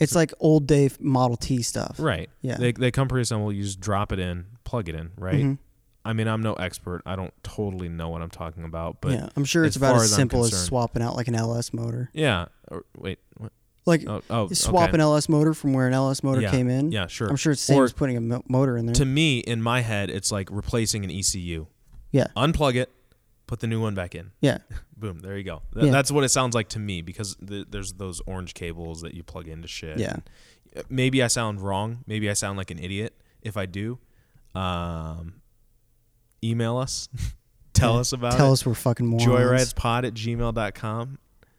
It's like old day Model T stuff. right. Yeah. They they come pre-assembled, you just drop it in, plug it in, right? Mhm. I mean, I'm no expert. I don't totally know what I'm talking about, but yeah, I'm sure it's as about far as as I'm simple as concerned- swapping out like an LS motor. yeah. Or- wait. What? Like Oh, oh swap okay. an LS motor from where an LS motor Yeah, came in. Yeah, sure. I'm sure it's the same Or- as putting a mo- motor in there. to me in my head it's like replacing an ECU. Yeah. Unplug it, put the new one back in. yeah, Boom, there you go. Th- Yeah. That's what it sounds like to me because th- there's those orange cables that you plug into shit. Uh, yeah, Maybe I sound wrong. Maybe I sound like an idiot if I do. Um email us. [laughs] Tell us about Tell it. us we're fucking morons. Joyridespod at gmail.com.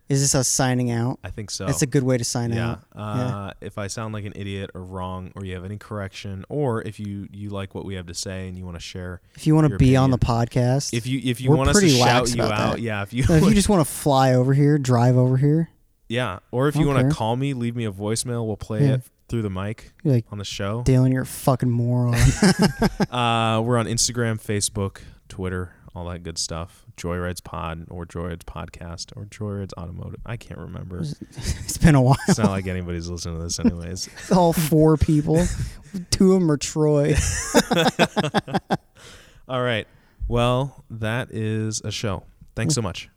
Is this us signing out? I think so. That's a good way to sign yeah. out. Uh, If I sound like an idiot or wrong, or you have any correction, or if you you like what we have to say and you want to share If you want to your be on the opinion. podcast, If you if you We're want us to pretty shout lax you out, about that. yeah. If you, [laughs] if you just want to fly over here, drive over here, yeah, or if you want Okay. to call me, leave me a voicemail. We'll play Yeah. it through the mic you're like, on the show. Dylan, you're a fucking moron. [laughs] Uh, we're on Instagram, Facebook, Twitter, all that good stuff. Joyrides Pod or Joyrides Podcast or Joyrides Automotive. I can't [laughs] remember. it's been a while. It's not like anybody's listening to this, anyways. It's all [laughs] four people. Two of them are Troy. all right. Well, that is a show. Thanks so much.